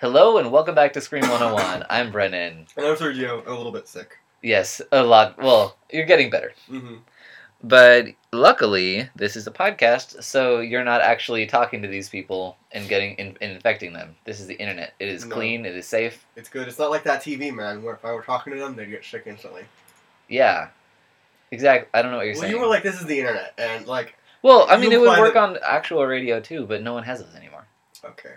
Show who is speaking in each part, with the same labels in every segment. Speaker 1: Hello and welcome back to Scream 101. I'm Brennan.
Speaker 2: And I'm Sergio, a little bit sick.
Speaker 1: Yes, a lot. Well, you're getting better.
Speaker 2: Mm-hmm.
Speaker 1: But luckily, this is a podcast, so you're not actually talking to these people and getting and, and infecting them. This is the internet. It is
Speaker 2: No.
Speaker 1: clean, it is safe.
Speaker 2: It's good. It's not like that TV man where if I were talking to them, they'd get sick instantly.
Speaker 1: Yeah. Exactly. I don't know what you're
Speaker 2: well,
Speaker 1: saying.
Speaker 2: you were like, this is the internet, and like,
Speaker 1: well, I mean,
Speaker 2: you
Speaker 1: it would
Speaker 2: apply
Speaker 1: work
Speaker 2: the-
Speaker 1: on actual radio too, but no one has those anymore.
Speaker 2: okay.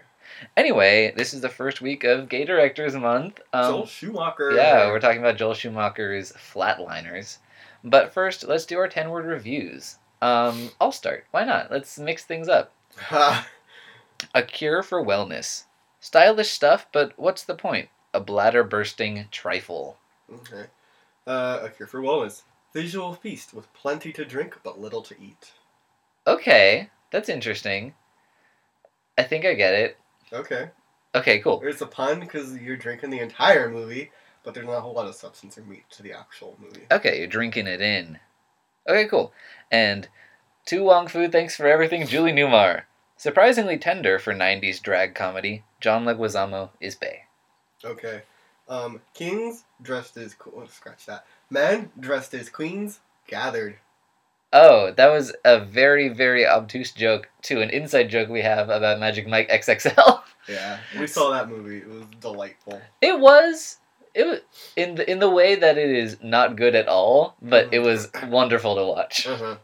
Speaker 1: Anyway, this is the first week of Gay Directors Month. Um,
Speaker 2: Joel Schumacher.
Speaker 1: Yeah, we're talking about Joel Schumacher's Flatliners. But first, let's do our 10 word reviews. Um, I'll start. Why not? Let's mix things up.
Speaker 2: Ha.
Speaker 1: A cure for wellness. Stylish stuff, but what's the point? A bladder bursting trifle.
Speaker 2: okay. Uh, a cure for wellness. Visual feast with plenty to drink but little to eat.
Speaker 1: Okay, that's interesting. I think I get it.
Speaker 2: Okay.
Speaker 1: Okay, cool.
Speaker 2: There's a pun because you're drinking the entire movie, but there's not a whole lot of substance or meat to the actual movie.
Speaker 1: Okay, you're drinking it in. Okay, cool. And Tu Wong Fu, thanks for everything, Julie Newmar. Surprisingly tender for 90s drag comedy, John Leguizamo is Bay.
Speaker 2: Okay. Um, kings dressed as qu- oh, scratch that. Men dressed as queens gathered.
Speaker 1: Oh, that was a very, very obtuse joke to an inside joke we have about Magic Mike XXL.
Speaker 2: Yeah, we saw that movie. It was delightful.
Speaker 1: It was it was in the in the way that it is not good at all, but it was wonderful to watch.
Speaker 2: Uh-huh.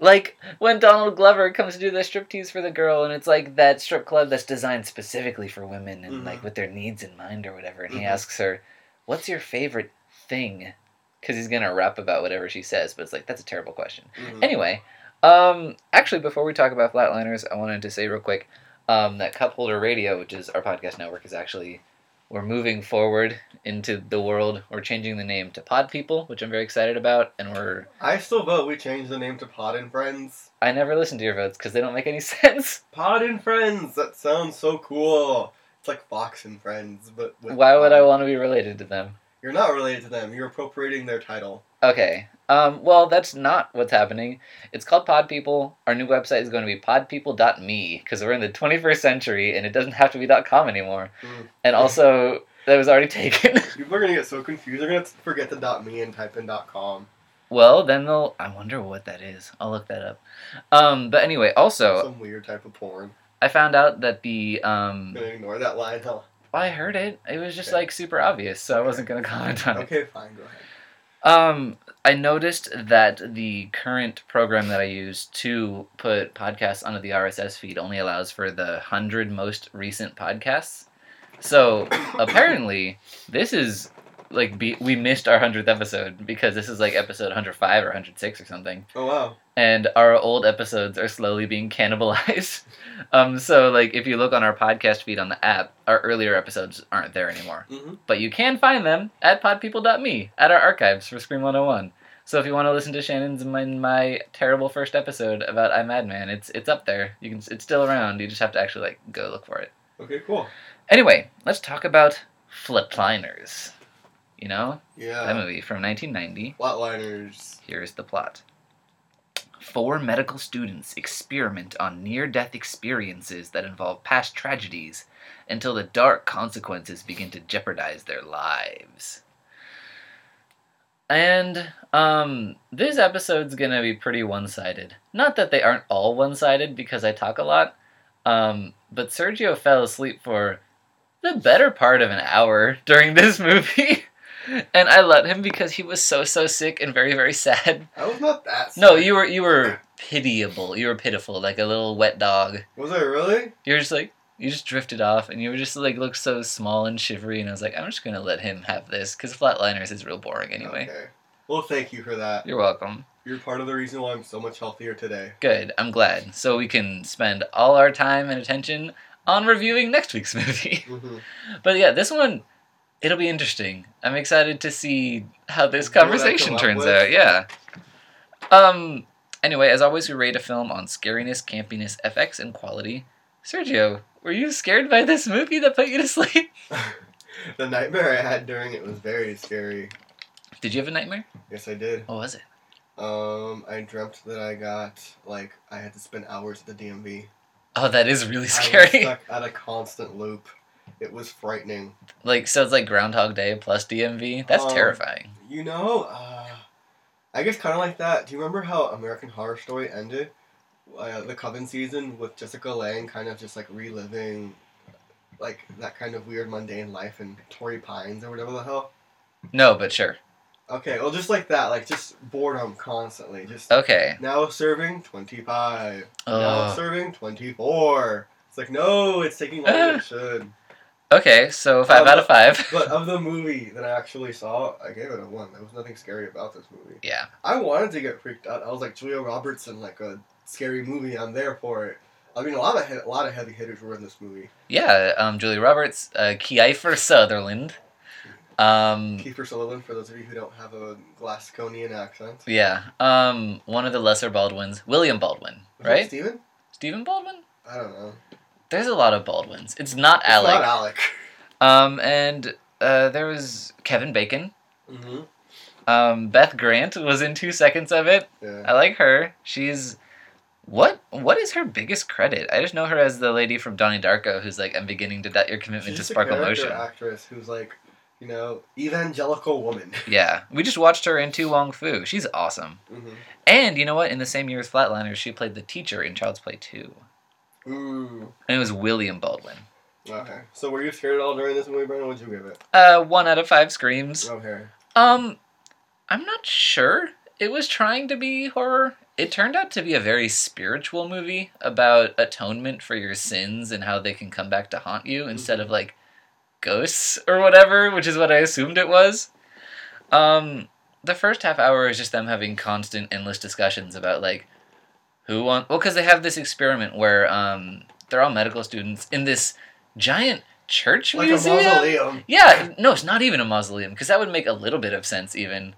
Speaker 1: Like when Donald Glover comes to do the striptease for the girl, and it's like that strip club that's designed specifically for women and
Speaker 2: Mhm.
Speaker 1: like with their needs in mind or whatever. And he
Speaker 2: Mhm.
Speaker 1: asks her, "What's your favorite thing?" Because he's gonna rap about whatever she says, but it's like that's a terrible question.
Speaker 2: Mhm.
Speaker 1: Anyway, um, actually, before we talk about flatliners, I wanted to say real quick um, that Cup Holder Radio, which is our podcast network, is actually we're moving forward into the world. We're changing the name to Pod People, which I'm very excited about, and we're
Speaker 2: I still vote we change the name to Pod and Friends.
Speaker 1: I never listen to your votes because they don't make any sense.
Speaker 2: Pod and Friends. That sounds so cool. It's like Fox and Friends, but with
Speaker 1: Why would I
Speaker 2: pod.
Speaker 1: want to be related to them?
Speaker 2: You're not related to them. You're appropriating their title.
Speaker 1: Okay. Um, well, that's not what's happening. It's called Pod People. Our new website is going to be podpeople.me because we're in the 21st century and it doesn't have to be .com anymore.
Speaker 2: Mm.
Speaker 1: And also, that was already taken.
Speaker 2: People are gonna get so confused. They're gonna forget the dot me and type in dot com.
Speaker 1: Well, then they'll. I wonder what that is. I'll look that up. Um, but anyway, also,
Speaker 2: Some weird type of porn.
Speaker 1: I found out that the. Um,
Speaker 2: gonna ignore that line. Huh?
Speaker 1: I heard it. It was just
Speaker 2: Okay.
Speaker 1: like super obvious, so I wasn't gonna comment on it.
Speaker 2: Okay, fine. Go ahead.
Speaker 1: Um, I noticed that the current program that I use to put podcasts onto the RSS feed only allows for the hundred most recent podcasts. So apparently, this is like be- we missed our hundredth episode because this is like episode 105 or 106 or something.
Speaker 2: Oh wow.
Speaker 1: and our old episodes are slowly being cannibalized. Um, so like if you look on our podcast feed on the app, our earlier episodes aren't there anymore.
Speaker 2: hmm
Speaker 1: But you can find them at podpeople.me at our archives for Scream 101. So if you want to listen to Shannon's and my, my terrible first episode about I'm Madman, it's it's up there. You can it's still around. You just have to actually like go look for it.
Speaker 2: Okay, cool.
Speaker 1: Anyway, let's talk about Flipliners. You know,
Speaker 2: Yeah.
Speaker 1: that movie from 1990.
Speaker 2: Flatliners.
Speaker 1: Here's the plot. Four medical students experiment on near death experiences that involve past tragedies until the dark consequences begin to jeopardize their lives. And um this episode's going to be pretty one-sided. Not that they aren't all one-sided because I talk a lot. Um but Sergio fell asleep for the better part of an hour during this movie. and I let him because he was so so sick and very very sad.
Speaker 2: I was not that.
Speaker 1: No,
Speaker 2: sick.
Speaker 1: you were you were pitiable. You were pitiful, like a little wet dog.
Speaker 2: Was I really?
Speaker 1: You were just like you just drifted off, and you were just like looked so small and shivery. And I was like, I'm just gonna let him have this because flatliners is real boring anyway.
Speaker 2: Okay. Well, thank you for that.
Speaker 1: You're welcome.
Speaker 2: You're part of the reason why I'm so much healthier today.
Speaker 1: Good. I'm glad. So we can spend all our time and attention on reviewing next week's movie.
Speaker 2: Mm-hmm.
Speaker 1: But yeah, this one, it'll be interesting. I'm excited to see how this conversation
Speaker 2: What I come
Speaker 1: turns
Speaker 2: up with.
Speaker 1: out. Yeah. Um. Anyway, as always, we rate a film on scariness, campiness, FX, and quality. Sergio, were you scared by this movie that put you to sleep?
Speaker 2: the nightmare I had during it was very scary.
Speaker 1: Did you have a nightmare?
Speaker 2: Yes, I did.
Speaker 1: What was it?
Speaker 2: Um, I dreamt that I got like I had to spend hours at the DMV.
Speaker 1: Oh, that is really
Speaker 2: I was
Speaker 1: scary.
Speaker 2: stuck at a constant loop, It was frightening.
Speaker 1: Like so, it's like Groundhog Day plus DMV. That's
Speaker 2: Um,
Speaker 1: terrifying.
Speaker 2: You know, uh, I guess kind of like that. Do you remember how American Horror Story ended? Uh, the Coven season with Jessica Lange kind of just like reliving like that kind of weird mundane life in Torrey Pines or whatever the hell.
Speaker 1: No, but sure.
Speaker 2: Okay, well, just like that, like just boredom constantly. Just
Speaker 1: Okay.
Speaker 2: now serving 25, now
Speaker 1: Oh.
Speaker 2: serving 24. It's like, no, it's taking longer than it should.
Speaker 1: Okay. So five
Speaker 2: Um,
Speaker 1: out of five.
Speaker 2: But of the movie that I actually saw, I gave it a one. There was nothing scary about this movie.
Speaker 1: yeah.
Speaker 2: I wanted to get freaked out. I was like Julia Roberts in like a scary movie. I'm there for it. I mean, a lot of he- a lot of heavy hitters were in this movie.
Speaker 1: Yeah. Um, Julie Roberts, uh, Kiefer Sutherland. Um,
Speaker 2: Kiefer Sutherland, for those of you who don't have a Glasgonian accent,
Speaker 1: yeah. Um, one of the lesser Baldwins, William Baldwin,
Speaker 2: Was it
Speaker 1: right?
Speaker 2: Steven?
Speaker 1: Stephen Baldwin.
Speaker 2: I don't know. It's
Speaker 1: There's a lot of Baldwins. It's not Alec.
Speaker 2: Not Alec.
Speaker 1: Um, and uh, there was Kevin Bacon.
Speaker 2: Mm-hmm.
Speaker 1: Um, Beth Grant was in two seconds of it.
Speaker 2: Yeah.
Speaker 1: I like her. She's what? What is her biggest credit? I just know her as the lady from Donnie Darko, who's like, "I'm beginning to doubt your commitment
Speaker 2: She's
Speaker 1: to
Speaker 2: just a
Speaker 1: sparkle
Speaker 2: character
Speaker 1: motion."
Speaker 2: actress who's like, you know, evangelical woman.
Speaker 1: Yeah, we just watched her in Tu Wong Fu. She's awesome.
Speaker 2: Mm-hmm.
Speaker 1: And you know what? In the same year as Flatliners, she played the teacher in Child's Play Two,
Speaker 2: Ooh.
Speaker 1: and it was William Baldwin.
Speaker 2: Okay. So were you scared at all during this movie, Brandon? What'd you give it?
Speaker 1: Uh, one out of five screams.
Speaker 2: Okay.
Speaker 1: Um, I'm not sure. It was trying to be horror. It turned out to be a very spiritual movie about atonement for your sins and how they can come back to haunt you instead
Speaker 2: Mm-hmm.
Speaker 1: of like ghosts or whatever, which is what I assumed it was. Um, the first half hour is just them having constant, endless discussions about like who want. Well, because they have this experiment where um, they're all medical students in this giant church
Speaker 2: Like
Speaker 1: museum.
Speaker 2: a mausoleum.
Speaker 1: Yeah, no, it's not even a mausoleum because that would make a little bit of sense even.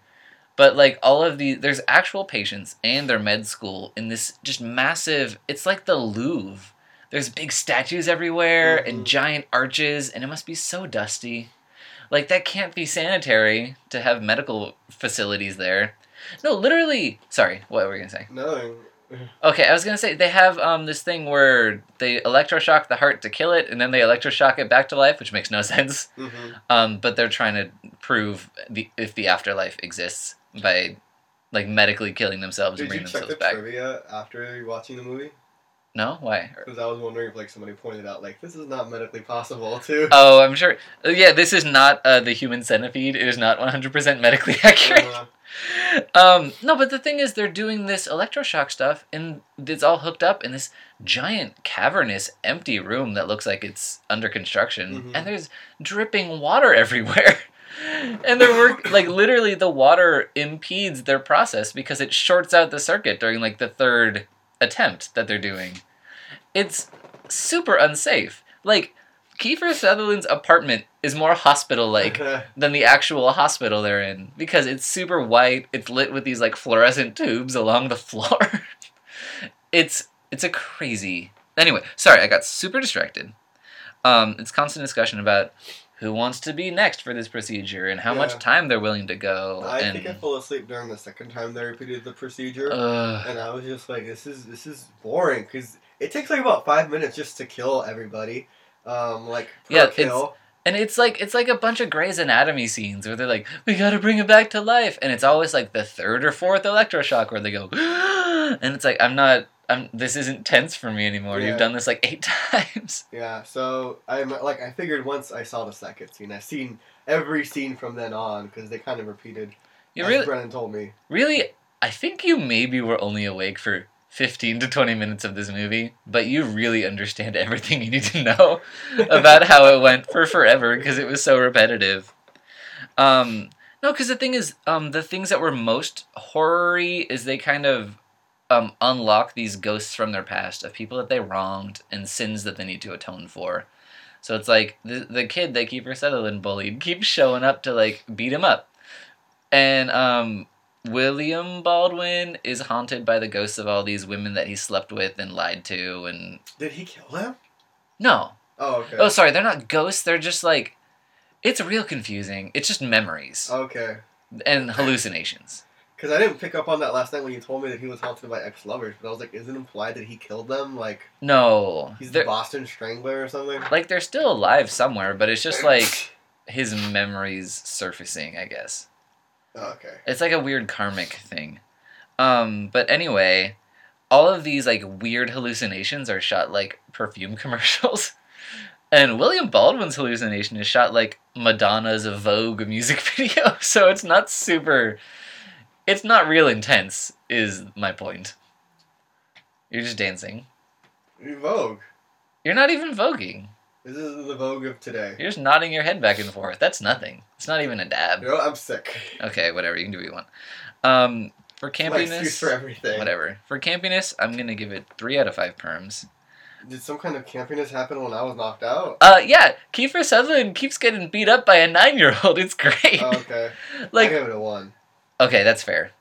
Speaker 1: But like all of the there's actual patients and their med school in this just massive. It's like the Louvre. There's big statues everywhere and
Speaker 2: Mhm.
Speaker 1: giant arches, and it must be so dusty. Like that can't be sanitary to have medical facilities there. No, literally. Sorry, what were we gonna say?
Speaker 2: Nothing.
Speaker 1: Okay, I was gonna say they have um this thing where they electroshock the heart to kill it, and then they electroshock it back to life, which makes no sense.
Speaker 2: Mm-hmm.
Speaker 1: Um, but they're trying to prove the if the afterlife exists by like medically killing themselves and
Speaker 2: Did you
Speaker 1: bringing
Speaker 2: check the
Speaker 1: themselves back.
Speaker 2: trivia after watching the movie?
Speaker 1: No, why?
Speaker 2: Because I was wondering if like somebody pointed out like this is not medically possible too.
Speaker 1: Oh, I'm sure. uh, Yeah, this is not uh, the human centipede. It is not 100% medically accurate.
Speaker 2: Uh,
Speaker 1: Um, no, but the thing is, they're doing this electroshock stuff, and it's all hooked up in this giant cavernous empty room that looks like it's under construction,
Speaker 2: Mhm.
Speaker 1: and there's dripping water everywhere. and their work, like literally, the water impedes their process because it shorts out the circuit during like the third attempt that they're doing. It's super unsafe. Like Kiefer Sutherland's apartment is more hospital-like than the actual hospital they're in because it's super white. It's lit with these like fluorescent tubes along the floor. it's it's a crazy. Anyway, sorry, I got super distracted. Um, it's constant discussion about who wants to be next for this procedure and how
Speaker 2: Yeah.
Speaker 1: much time they're willing to go.
Speaker 2: I
Speaker 1: and
Speaker 2: think I fell asleep during the second time they repeated the procedure,
Speaker 1: Ugh.
Speaker 2: and I was just like, this is this is boring because it takes like about five minutes just to kill everybody. Um, like per
Speaker 1: Yeah, it's-
Speaker 2: kill.
Speaker 1: and it's like it's like a bunch of Grey's Anatomy scenes where they're like, "We got to bring it back to life," and it's always like the third or fourth electroshock where they go, and it's like, "I'm not." I'm, this isn't tense for me anymore.
Speaker 2: Yeah.
Speaker 1: You've done this like eight times.
Speaker 2: Yeah, so I'm like I figured once I saw the second scene, I've seen every scene from then on because they kind of repeated.
Speaker 1: You
Speaker 2: as
Speaker 1: really,
Speaker 2: Brennan told me.
Speaker 1: really, I think you maybe were only awake for 15 to 20 minutes of this movie, but you really understand everything you need to know about how it went for forever because it was so repetitive. Um, no, because the thing is, um, the things that were most horror-y is they kind of um, unlock these ghosts from their past of people that they wronged and sins that they need to atone for. So it's like the, the kid that Kiefer Sutherland bullied keeps showing up to like beat him up. And um, William Baldwin is haunted by the ghosts of all these women that he slept with and lied to. And
Speaker 2: Did he kill them?
Speaker 1: no,
Speaker 2: Oh, okay.
Speaker 1: oh sorry, they're not ghosts. They're just like
Speaker 2: Oh.
Speaker 1: it's real confusing. It's just memories
Speaker 2: Okay.
Speaker 1: and hallucinations.
Speaker 2: Because I didn't pick up on that last night when you told me that he was haunted by ex-lovers, but I was like, isn't it implied that he killed them? Like
Speaker 1: No,
Speaker 2: he's
Speaker 1: They're-
Speaker 2: the Boston Strangler or something.
Speaker 1: like they're still alive somewhere, but it's just like his memories surfacing, I guess.
Speaker 2: Oh, okay.
Speaker 1: It's like a weird karmic thing. Um, but anyway, all of these like weird hallucinations are shot like perfume commercials. And William Baldwin's hallucination is shot like Madonna's Vogue music video, so it's not super it's not real intense is my point. You're just dancing.
Speaker 2: Vogue.
Speaker 1: You're not even voguing.
Speaker 2: This is the Vogue of today.
Speaker 1: You're just nodding your head back and forth. That's nothing. It's not even a dab.
Speaker 2: You know, I'm sick.
Speaker 1: Okay, whatever. You can do what you want. Um, for
Speaker 2: It's My excuse
Speaker 1: campiness,
Speaker 2: for everything.
Speaker 1: whatever. For campiness, I'm gonna give it three out of five perms.
Speaker 2: Did some kind of campiness happen when I was knocked out?
Speaker 1: Uh, yeah, Kiefer Sutherland keeps getting beat up by a nine-year-old. It's great.
Speaker 2: Oh, okay. I
Speaker 1: like,
Speaker 2: gave it a one.
Speaker 1: okay, that's fair.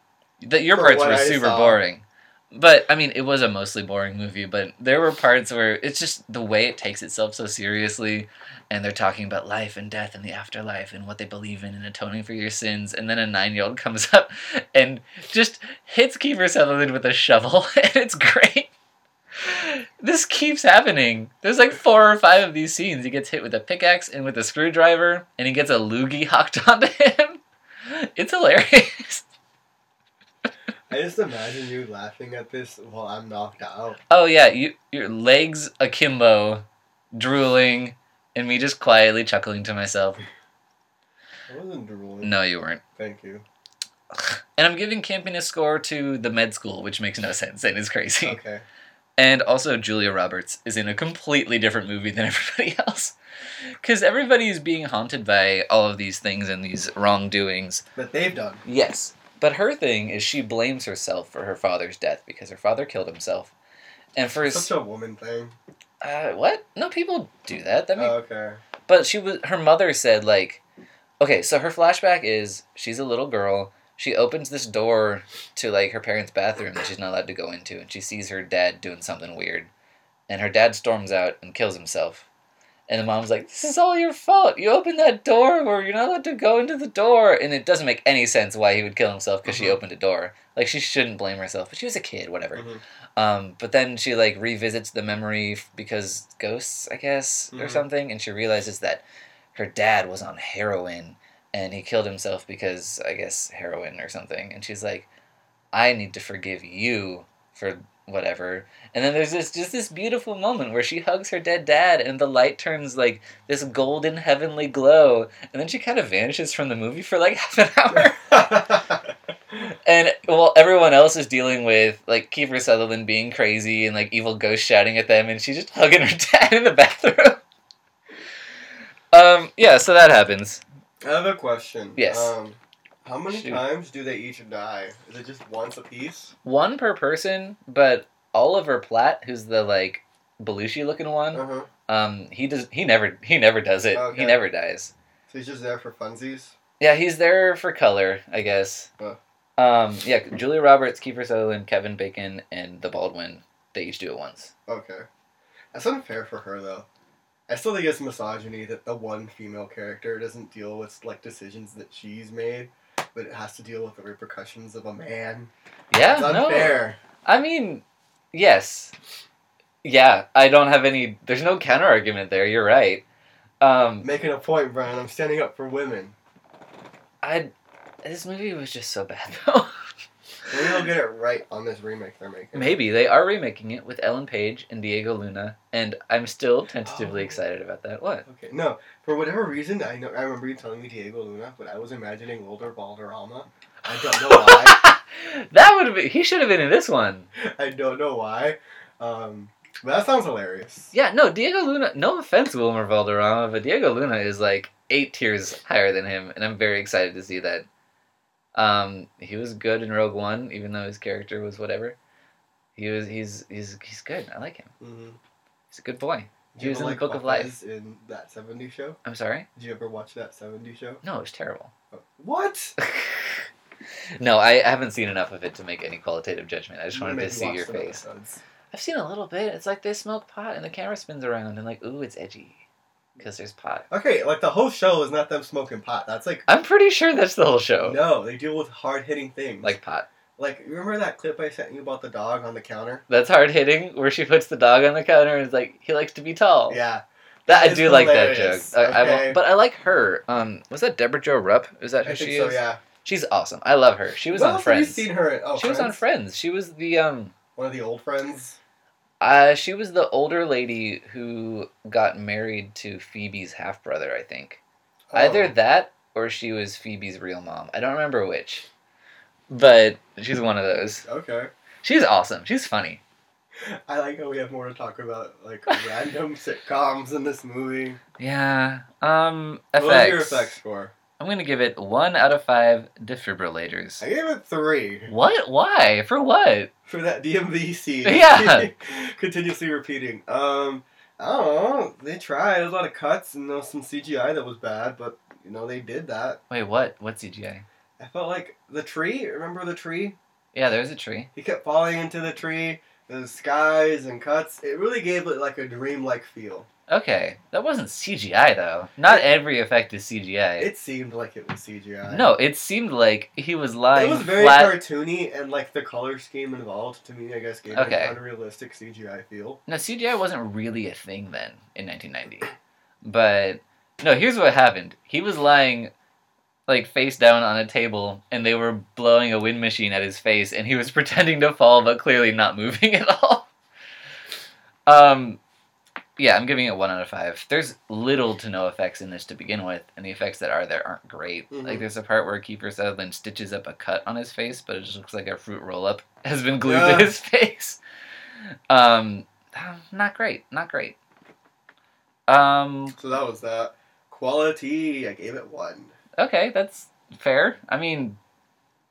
Speaker 1: That your
Speaker 2: For
Speaker 1: parts
Speaker 2: what
Speaker 1: were
Speaker 2: I
Speaker 1: super
Speaker 2: saw.
Speaker 1: boring, but I mean, it was a mostly boring movie. But there were parts where it's just the way it takes itself so seriously, and they're talking about life and death and the afterlife and what they believe in and atoning for your sins. And then a nine-year-old comes up and just hits Kiefer Sutherland with a shovel, and it's great. This keeps happening. There's like four or five of these scenes. He gets hit with a pickaxe and with a screwdriver, and he gets a loogie hocked onto him. It's hilarious.
Speaker 2: I just imagine you laughing at this while I'm knocked out.
Speaker 1: Oh yeah, you your legs akimbo, drooling, and me just quietly chuckling to myself.
Speaker 2: I wasn't drooling.
Speaker 1: No, you weren't.
Speaker 2: Thank you.
Speaker 1: And I'm giving camping a score to the med school, which makes no sense and is crazy.
Speaker 2: Okay.
Speaker 1: And also, Julia Roberts is in a completely different movie than everybody else. Because everybody is being haunted by all of these things and these wrongdoings.
Speaker 2: But they've done.
Speaker 1: Yes. But her thing is she blames herself for her father's death because her father killed himself. And for his.
Speaker 2: Such a woman thing.
Speaker 1: Uh, what? No, people do that. That makes
Speaker 2: Oh, okay.
Speaker 1: But she was her mother said like, okay, so her flashback is she's a little girl. She opens this door to like her parents' bathroom that she's not allowed to go into, and she sees her dad doing something weird, and her dad storms out and kills himself. And the mom's like, "This is all your fault. You opened that door where you're not allowed to go into the door." And it doesn't make any sense why he would kill himself because she
Speaker 2: Mhm.
Speaker 1: opened a door. Like she shouldn't blame herself, but she was a kid, whatever.
Speaker 2: Mhm.
Speaker 1: Um, but then she like revisits the memory f- because ghosts, I guess, or
Speaker 2: Mhm.
Speaker 1: something, and she realizes that her dad was on heroin and he killed himself because I guess heroin or something. And she's like, I need to forgive you for whatever. And then there's this just this beautiful moment where she hugs her dead dad and the light turns like this golden heavenly glow, and then she kind of vanishes from the movie for like half an hour. And well, everyone else is dealing with like Kiefer Sutherland being crazy and like evil ghosts shouting at them, and she's just hugging her dad in the bathroom. um, yeah, so that happens.
Speaker 2: I have a question.
Speaker 1: Yes.
Speaker 2: Um, how many
Speaker 1: Shoot.
Speaker 2: times do they each die? Is it just once a piece?
Speaker 1: One per person, but Oliver Platt, who's the like Belushi looking one,
Speaker 2: Uh huh.
Speaker 1: um, he does he never he never does it.
Speaker 2: Okay.
Speaker 1: He never dies.
Speaker 2: So he's just there for funsies.
Speaker 1: Yeah, he's there for color, I guess.
Speaker 2: Huh.
Speaker 1: Um, yeah, Julia Roberts, Kiefer Sutherland, Kevin Bacon, and the Baldwin. They each do it once.
Speaker 2: Okay. That's unfair for her though. I still think it's misogyny that the one female character doesn't deal with like decisions that she's made, but it has to deal with the repercussions of a man.
Speaker 1: Yeah,
Speaker 2: It's
Speaker 1: no.
Speaker 2: unfair.
Speaker 1: I mean, yes. Yeah, I don't have any. There's no counter argument there. You're right. Um,
Speaker 2: Making a point, Brian. I'm standing up for women.
Speaker 1: I this movie was just so bad though.
Speaker 2: Maybe they'll get it right on this remake they're making.
Speaker 1: Maybe they are remaking it with Ellen Page and Diego Luna, and I'm still tentatively
Speaker 2: Oh.
Speaker 1: excited about that. What?
Speaker 2: Okay. No, for whatever reason, I know I remember you telling me Diego Luna, but I was imagining Wilder Balderrama. I don't know why.
Speaker 1: that would have been. He should have been in this one.
Speaker 2: I don't know why. Um, but that sounds hilarious.
Speaker 1: Yeah, no, Diego Luna. No offense, Wilmer Valderrama, but Diego Luna is like eight tiers higher than him, and I'm very excited to see that. Um, he was good in Rogue One, even though his character was whatever. He was. He's. He's. He's good. I like him.
Speaker 2: Mm-hmm.
Speaker 1: He's a good boy. He was in the Book of
Speaker 2: in that '70s show.
Speaker 1: I'm sorry.
Speaker 2: Did you ever watch that '70s show? Uh,
Speaker 1: No, it was terrible.
Speaker 2: What?
Speaker 1: no, I, I haven't seen enough of it to make any qualitative judgment. I just
Speaker 2: I'm gonna
Speaker 1: wanted to
Speaker 2: make
Speaker 1: see
Speaker 2: you watch
Speaker 1: your
Speaker 2: some
Speaker 1: face.
Speaker 2: episodes.
Speaker 1: I've seen a little bit. It's like they smoke pot and the camera spins around and like, ooh, it's edgy. because there's pot.
Speaker 2: Okay, like the whole show is not them smoking pot. That's like
Speaker 1: I'm pretty sure that's the whole show.
Speaker 2: no, they deal with hard hitting things.
Speaker 1: Oh. Like pot.
Speaker 2: like you remember that clip I sent you about the dog on the counter?
Speaker 1: That's hard hitting. Where she puts the dog on the counter and is like, he likes to be tall.
Speaker 2: Yeah.
Speaker 1: That I
Speaker 2: It's
Speaker 1: do like that joke.
Speaker 2: hilarious.
Speaker 1: I, I won't-
Speaker 2: Okay.
Speaker 1: but I like her. Um, was that Deborah Jo Rupp? Is that who
Speaker 2: I think
Speaker 1: she
Speaker 2: so,
Speaker 1: is?
Speaker 2: yeah.
Speaker 1: She's awesome. I love her. She was
Speaker 2: What
Speaker 1: on
Speaker 2: else
Speaker 1: Friends.
Speaker 2: Have you seen her? In, oh,
Speaker 1: she was on
Speaker 2: Friends?
Speaker 1: Friends. She was the um.
Speaker 2: One of the old friends.
Speaker 1: Uh, she was the older lady who got married to Phoebe's half brother. I think either
Speaker 2: Oh.
Speaker 1: that or she was Phoebe's real mom. I don't remember which, but she's one of those.
Speaker 2: Oh, Okay.
Speaker 1: She's awesome. She's funny.
Speaker 2: I like how we have more to talk about, like random sitcoms in this movie.
Speaker 1: Yeah. Um.
Speaker 2: What was your
Speaker 1: Effects.
Speaker 2: effect score?
Speaker 1: I'm gonna give it one out of five defibrillators.
Speaker 2: I gave it three
Speaker 1: What? Why? For what?
Speaker 2: for that DMV scene.
Speaker 1: Yeah.
Speaker 2: Continuously repeating. Um, I don't know. They tried. There was a lot of cuts and there was some CGI that was bad, but you know they did that.
Speaker 1: Wait, what? What CGI?
Speaker 2: I felt like the tree. Remember the tree?
Speaker 1: Yeah, there's a tree.
Speaker 2: He kept falling into the tree. The skies and cuts. It really gave it like a dreamlike feel.
Speaker 1: Okay, that wasn't CGI though. Not every effect is CGI.
Speaker 2: It seemed like it was CGI.
Speaker 1: No, it seemed like he was
Speaker 2: It
Speaker 1: lying
Speaker 2: was very
Speaker 1: flat.
Speaker 2: cartoony and like the color scheme involved to me, I guess, gave
Speaker 1: Okay.
Speaker 2: it an unrealistic CGI feel.
Speaker 1: no, CGI wasn't really a thing then in 1990. But no, here's what happened. He was lying like face down on a table and they were blowing a wind machine at his face and he was pretending to fall but clearly not moving at all. Um yeah, I'm giving it 1 out of 5. There's little to no effects in this to begin with and the effects that are there aren't great.
Speaker 2: Mhm.
Speaker 1: Like there's a part where Kiefer Sutherland stitches up a cut on his face, but it just looks like a fruit roll up has been glued
Speaker 2: Yeah.
Speaker 1: to his face. Um not great, not great. Um
Speaker 2: So that was that. Quality, I gave it one.
Speaker 1: Okay, that's fair. I mean,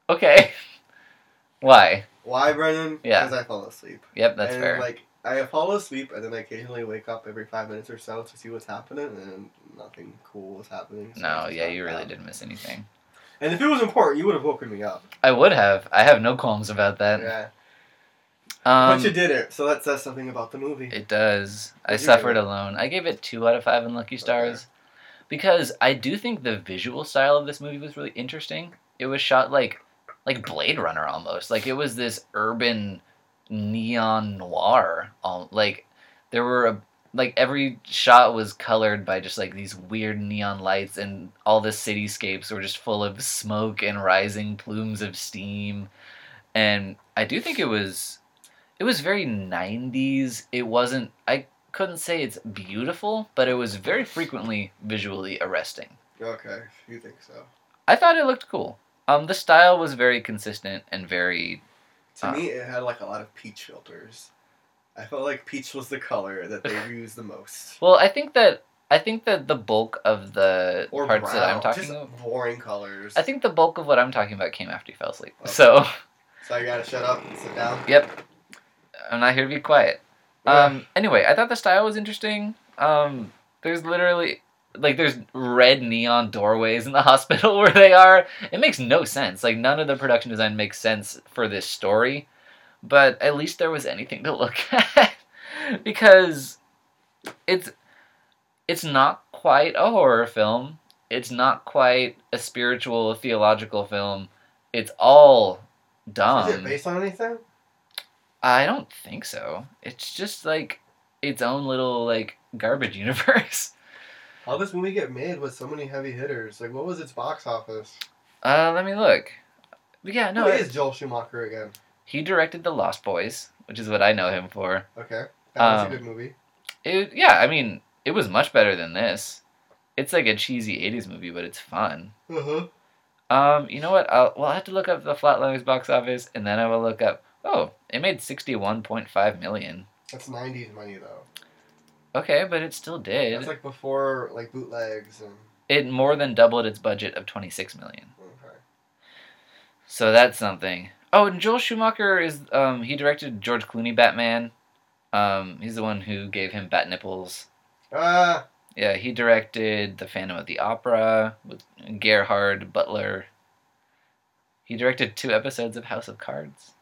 Speaker 1: okay. Why?
Speaker 2: Why, Brennan?
Speaker 1: Yeah.
Speaker 2: Because I fall asleep.
Speaker 1: Yep, that's
Speaker 2: and,
Speaker 1: fair.
Speaker 2: Like I fall asleep and then I occasionally wake up every five minutes or so to see what's happening, and nothing cool was happening. so I
Speaker 1: no,
Speaker 2: just
Speaker 1: yeah,
Speaker 2: knocked
Speaker 1: you really
Speaker 2: out.
Speaker 1: didn't miss anything.
Speaker 2: And if it was important, you would have woken me up.
Speaker 1: I would have. I have no qualms about that.
Speaker 2: yeah,
Speaker 1: Uh, Um,
Speaker 2: but you did it, so that says something about the movie.
Speaker 1: It does. I
Speaker 2: What'd you
Speaker 1: suffered
Speaker 2: give
Speaker 1: alone. I gave it two out of five unlucky stars because I do think the visual style of this movie was really interesting. It was shot like like Blade Runner almost. Like it was this urban neon noir. All like there were a like every shot was colored by just like these weird neon lights and all the cityscapes were just full of smoke and rising plumes of steam and i do think it was it was very 90s it wasn't i couldn't say it's beautiful but it was very frequently visually arresting
Speaker 2: okay, you think so?
Speaker 1: i thought it looked cool um the style was very consistent and very
Speaker 2: To
Speaker 1: Uh.
Speaker 2: me, it had like a lot of peach filters. I felt like peach was the color that they used the most.
Speaker 1: well i think that i think that the bulk of the
Speaker 2: Or
Speaker 1: parts
Speaker 2: brown,
Speaker 1: that i'm talking
Speaker 2: just
Speaker 1: about
Speaker 2: boring colors.
Speaker 1: I think the bulk of what I'm talking about came after you fell asleep.
Speaker 2: Okay.
Speaker 1: So,
Speaker 2: so I gotta shut up and sit down.
Speaker 1: yep. I'm not here to be quiet. Um, anyway, I thought the style was interesting. Um, there's literally, like, there's red neon doorways in the hospital where they are. It makes no sense. Like, none of the production design makes sense for this story. But at least there was anything to look at. because it's it's not quite a horror film. It's not quite a spiritual, theological film. It's all dumb.
Speaker 2: Is it based on anything?
Speaker 1: I don't think so. It's just like its own little like garbage universe.
Speaker 2: How this movie get made with so many heavy hitters? Like, what was its box office?
Speaker 1: Uh, let me look. But yeah, no,
Speaker 2: Who
Speaker 1: it-
Speaker 2: is Joel Schumacher again?
Speaker 1: he directed The Lost Boys, which is what I know him for.
Speaker 2: Okay, that
Speaker 1: Um,
Speaker 2: was a good movie.
Speaker 1: It, yeah, I mean, it was much better than this. It's like a cheesy '80s movie, but it's fun.
Speaker 2: Uh huh.
Speaker 1: Um, you know what? I'll well, I have to look up the Flatliners box office, and then I will look up. Oh, it made sixty-one point five million.
Speaker 2: That's '90s money though.
Speaker 1: Okay, but it still did.
Speaker 2: That's like before like bootlegs and.
Speaker 1: it more than doubled its budget of twenty-six million.
Speaker 2: Okay.
Speaker 1: So that's something. Oh, and Joel Schumacher is um he directed George Clooney Batman. Um he's the one who gave him bat nipples.
Speaker 2: Ah,
Speaker 1: Yeah, he directed The Phantom of the Opera with Gerhard Butler. He directed two episodes of House of Cards.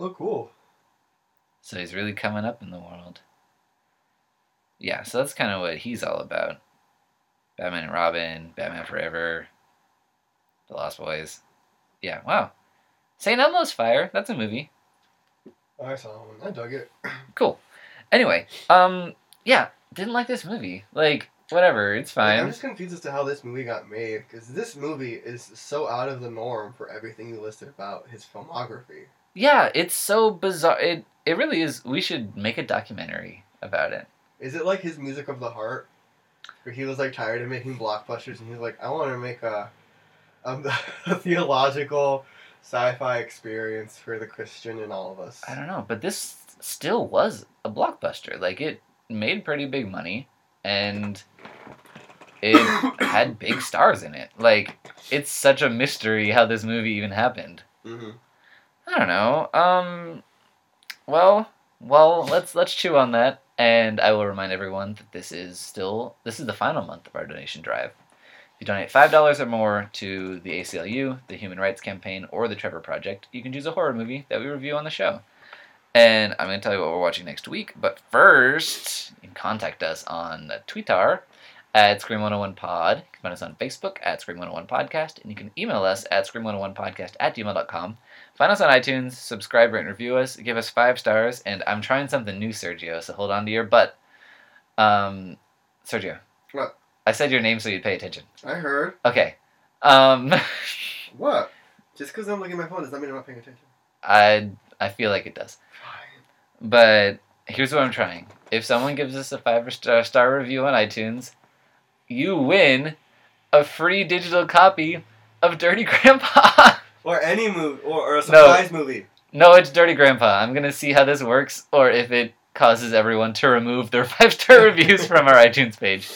Speaker 2: oh cool.
Speaker 1: So he's really coming up in the world. Yeah, so that's kind of what he's all about. Batman and Robin, Batman Forever, The Lost Boys. Yeah, wow. St. Elmo's Fire. That's a movie.
Speaker 2: I saw one. I dug it.
Speaker 1: Cool. Anyway, um, yeah, didn't like this movie. Like, whatever, it's
Speaker 2: Like, I'm
Speaker 1: fine.
Speaker 2: just confused as to how this movie got made because this movie is so out of the norm for everything you listed about his filmography.
Speaker 1: Yeah, it's so bizarre. It it really is. We should make a documentary about it.
Speaker 2: Is it like his music of the heart, where he was like tired of making blockbusters and he's like, I want to make a, a, a theological sci-fi experience for the Christian in all of us.
Speaker 1: I don't know, but this still was a blockbuster. Like it made pretty big money and it had big stars in it. Like it's such a mystery how this movie even happened.
Speaker 2: hmm
Speaker 1: I don't know. Um well, well, let's let's chew on that and I will remind everyone that this is still this is the final month of our donation drive. If you donate $5 or more to the ACLU, the Human Rights Campaign, or the Trevor Project, you can choose a horror movie that we review on the show. And I'm going to tell you what we're watching next week, but first, you can contact us on Twitter at Scream101pod. You can find us on Facebook at Scream101podcast, and you can email us at Scream101podcast at gmail.com. Find us on iTunes, subscribe, rate, and review us, give us five stars, and I'm trying something new, Sergio, so hold on to your butt. Um, Sergio.
Speaker 2: What?
Speaker 1: I said your name so you'd pay attention.
Speaker 2: I heard
Speaker 1: Okay. Um,
Speaker 2: what? Just because I'm looking at my phone does that mean I'm not paying attention?
Speaker 1: I I feel like it does.
Speaker 2: Fine.
Speaker 1: But here's what I'm trying. If someone gives us a five star star review on iTunes, you win a free digital copy of Dirty Grandpa.
Speaker 2: Or any movie, or, or a surprise movie.
Speaker 1: no, it's Dirty Grandpa. I'm gonna see how this works, or if it causes everyone to remove their five star reviews from our iTunes page.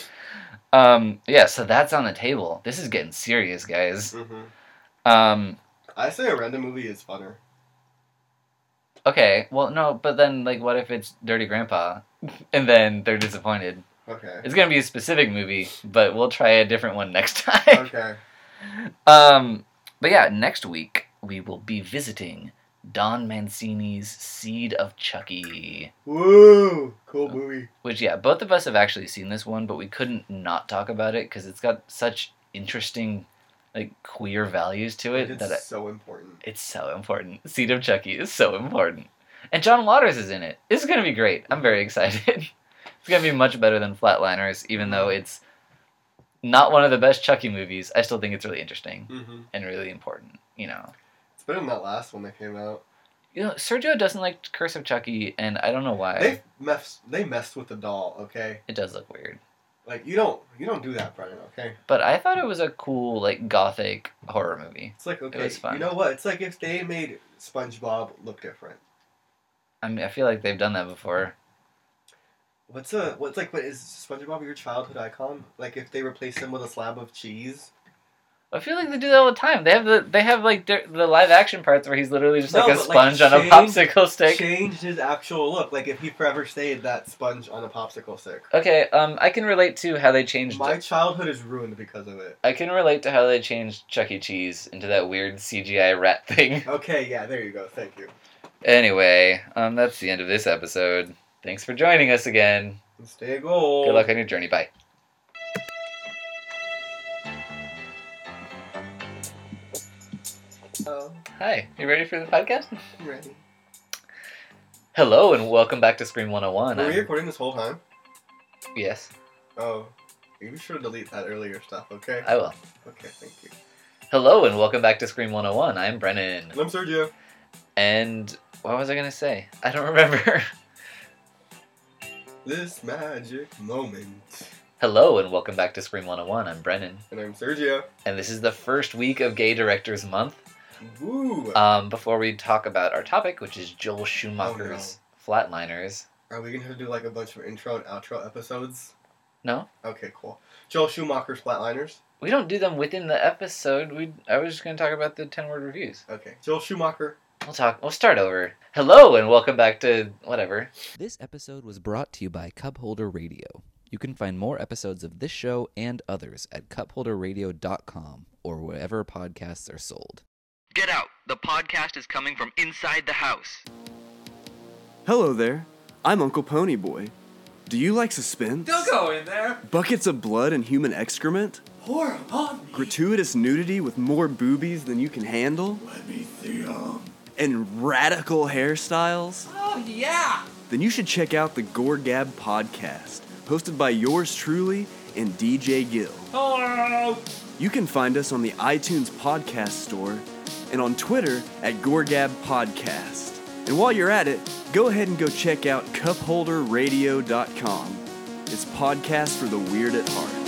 Speaker 1: Um, yeah, so that's on the table. This is getting serious, guys.
Speaker 2: hmm
Speaker 1: Um,
Speaker 2: I say a random movie is funner.
Speaker 1: Okay, well, no, but then, like, what if it's Dirty Grandpa? And then they're disappointed.
Speaker 2: Okay.
Speaker 1: It's gonna be a specific movie, but we'll try a different one next time.
Speaker 2: Okay.
Speaker 1: Um, but yeah, next week we will be visiting Don Mancini's Seed of Chucky.
Speaker 2: Woo!
Speaker 1: Oh.
Speaker 2: Cool movie.
Speaker 1: Which, yeah, both of us have actually seen this one, but we couldn't not talk about it because it's got such interesting, like, queer values to it
Speaker 2: It's
Speaker 1: that I-
Speaker 2: so important.
Speaker 1: It's so important. Seed of Chucky is so important. And John Waters is in it. This is going to be great. I'm very excited. it's going to be much better than Flatliners, even though
Speaker 2: Mm-hmm.
Speaker 1: it's not one of the best Chucky movies. I still think it's really interesting
Speaker 2: Mm-hmm.
Speaker 1: and really important, you know.
Speaker 2: It's better than that last one that came out.
Speaker 1: You know, Sergio doesn't like Curse of Chucky, and I don't know why.
Speaker 2: They messed. They messed with the doll. Okay.
Speaker 1: It does look weird.
Speaker 2: Like you don't. You don't do that, Brennan. Okay.
Speaker 1: But I thought it was a cool, like, gothic horror movie.
Speaker 2: It's like okay.
Speaker 1: was fun.
Speaker 2: You know what? It's like if they made SpongeBob look different.
Speaker 1: I mean, I feel like they've done that before.
Speaker 2: What's a what's like what is SpongeBob your childhood icon? Like if they replace him with a slab of cheese?
Speaker 1: I feel like they do that all the time. They have the they have like their, the live action parts where he's literally just like
Speaker 2: No,
Speaker 1: a
Speaker 2: but, like,
Speaker 1: sponge
Speaker 2: change-
Speaker 1: on a popsicle stick.
Speaker 2: Changed his actual look. Like if he forever stayed that sponge on a popsicle stick.
Speaker 1: Okay, um, I can relate to how they changed.
Speaker 2: My childhood is ruined because of it.
Speaker 1: I can relate to how they changed Chuck E. Cheese into that weird CGI rat thing.
Speaker 2: Okay, yeah, there you go. Thank you.
Speaker 1: Anyway, um, that's the end of this episode. Thanks for joining us again.
Speaker 2: Stay gold.
Speaker 1: Good luck on your journey. Bye.
Speaker 2: Oh,
Speaker 1: Hi, you ready for the podcast?
Speaker 2: I'm ready.
Speaker 1: Hello and welcome back to Scream 101.
Speaker 2: Were we
Speaker 1: I'm-
Speaker 2: recording this whole time?
Speaker 1: yes,
Speaker 2: Oh, you should delete that earlier stuff. Okay.
Speaker 1: I will.
Speaker 2: Okay, thank you.
Speaker 1: Hello and welcome back to Scream 101. I'm Brennan.
Speaker 2: And I'm Sergio.
Speaker 1: And what was I gonna say? I don't remember.
Speaker 2: This magic moment,
Speaker 1: Hello and welcome back to Scream 101. I'm Brennan,
Speaker 2: and I'm Sergio.
Speaker 1: and this is the first week of Gay Directors Month.
Speaker 2: Woo!
Speaker 1: Um, before we talk about our topic, which is Joel Schumacher's Flatliners,
Speaker 2: Are we gonna have to do like a bunch of intro and outro episodes?
Speaker 1: No.
Speaker 2: Okay, cool. Joel Schumacher's Flatliners.
Speaker 1: we don't do them within the episode. We I was just gonna talk about the ten word reviews.
Speaker 2: Okay, Joel Schumacher.
Speaker 1: We'll talk. We'll start over. Hello and welcome back to whatever. This episode was brought to you by Cupholder Radio. You can find more episodes of this show and others at cupholderradio.com or wherever podcasts are sold. Get out. The podcast is coming from inside the house.
Speaker 3: Hello there. I'm Uncle Ponyboy. Do you like suspense?
Speaker 4: Don't go in there.
Speaker 3: Buckets of blood and human excrement?
Speaker 4: Pour upon me.
Speaker 3: Gratuitous nudity with more boobies than you can handle?
Speaker 4: Let me see 'em.
Speaker 3: And radical hairstyles?
Speaker 4: Oh yeah.
Speaker 3: Then you should check out the Gore Gab podcast, hosted by yours truly and DJ Gill.
Speaker 4: Hello.
Speaker 3: You can find us on the iTunes Podcast Store and on Twitter at Gorgab Podcast. And while you're at it, go ahead and go check out cupholderradio.com. It's podcast for the weird at heart.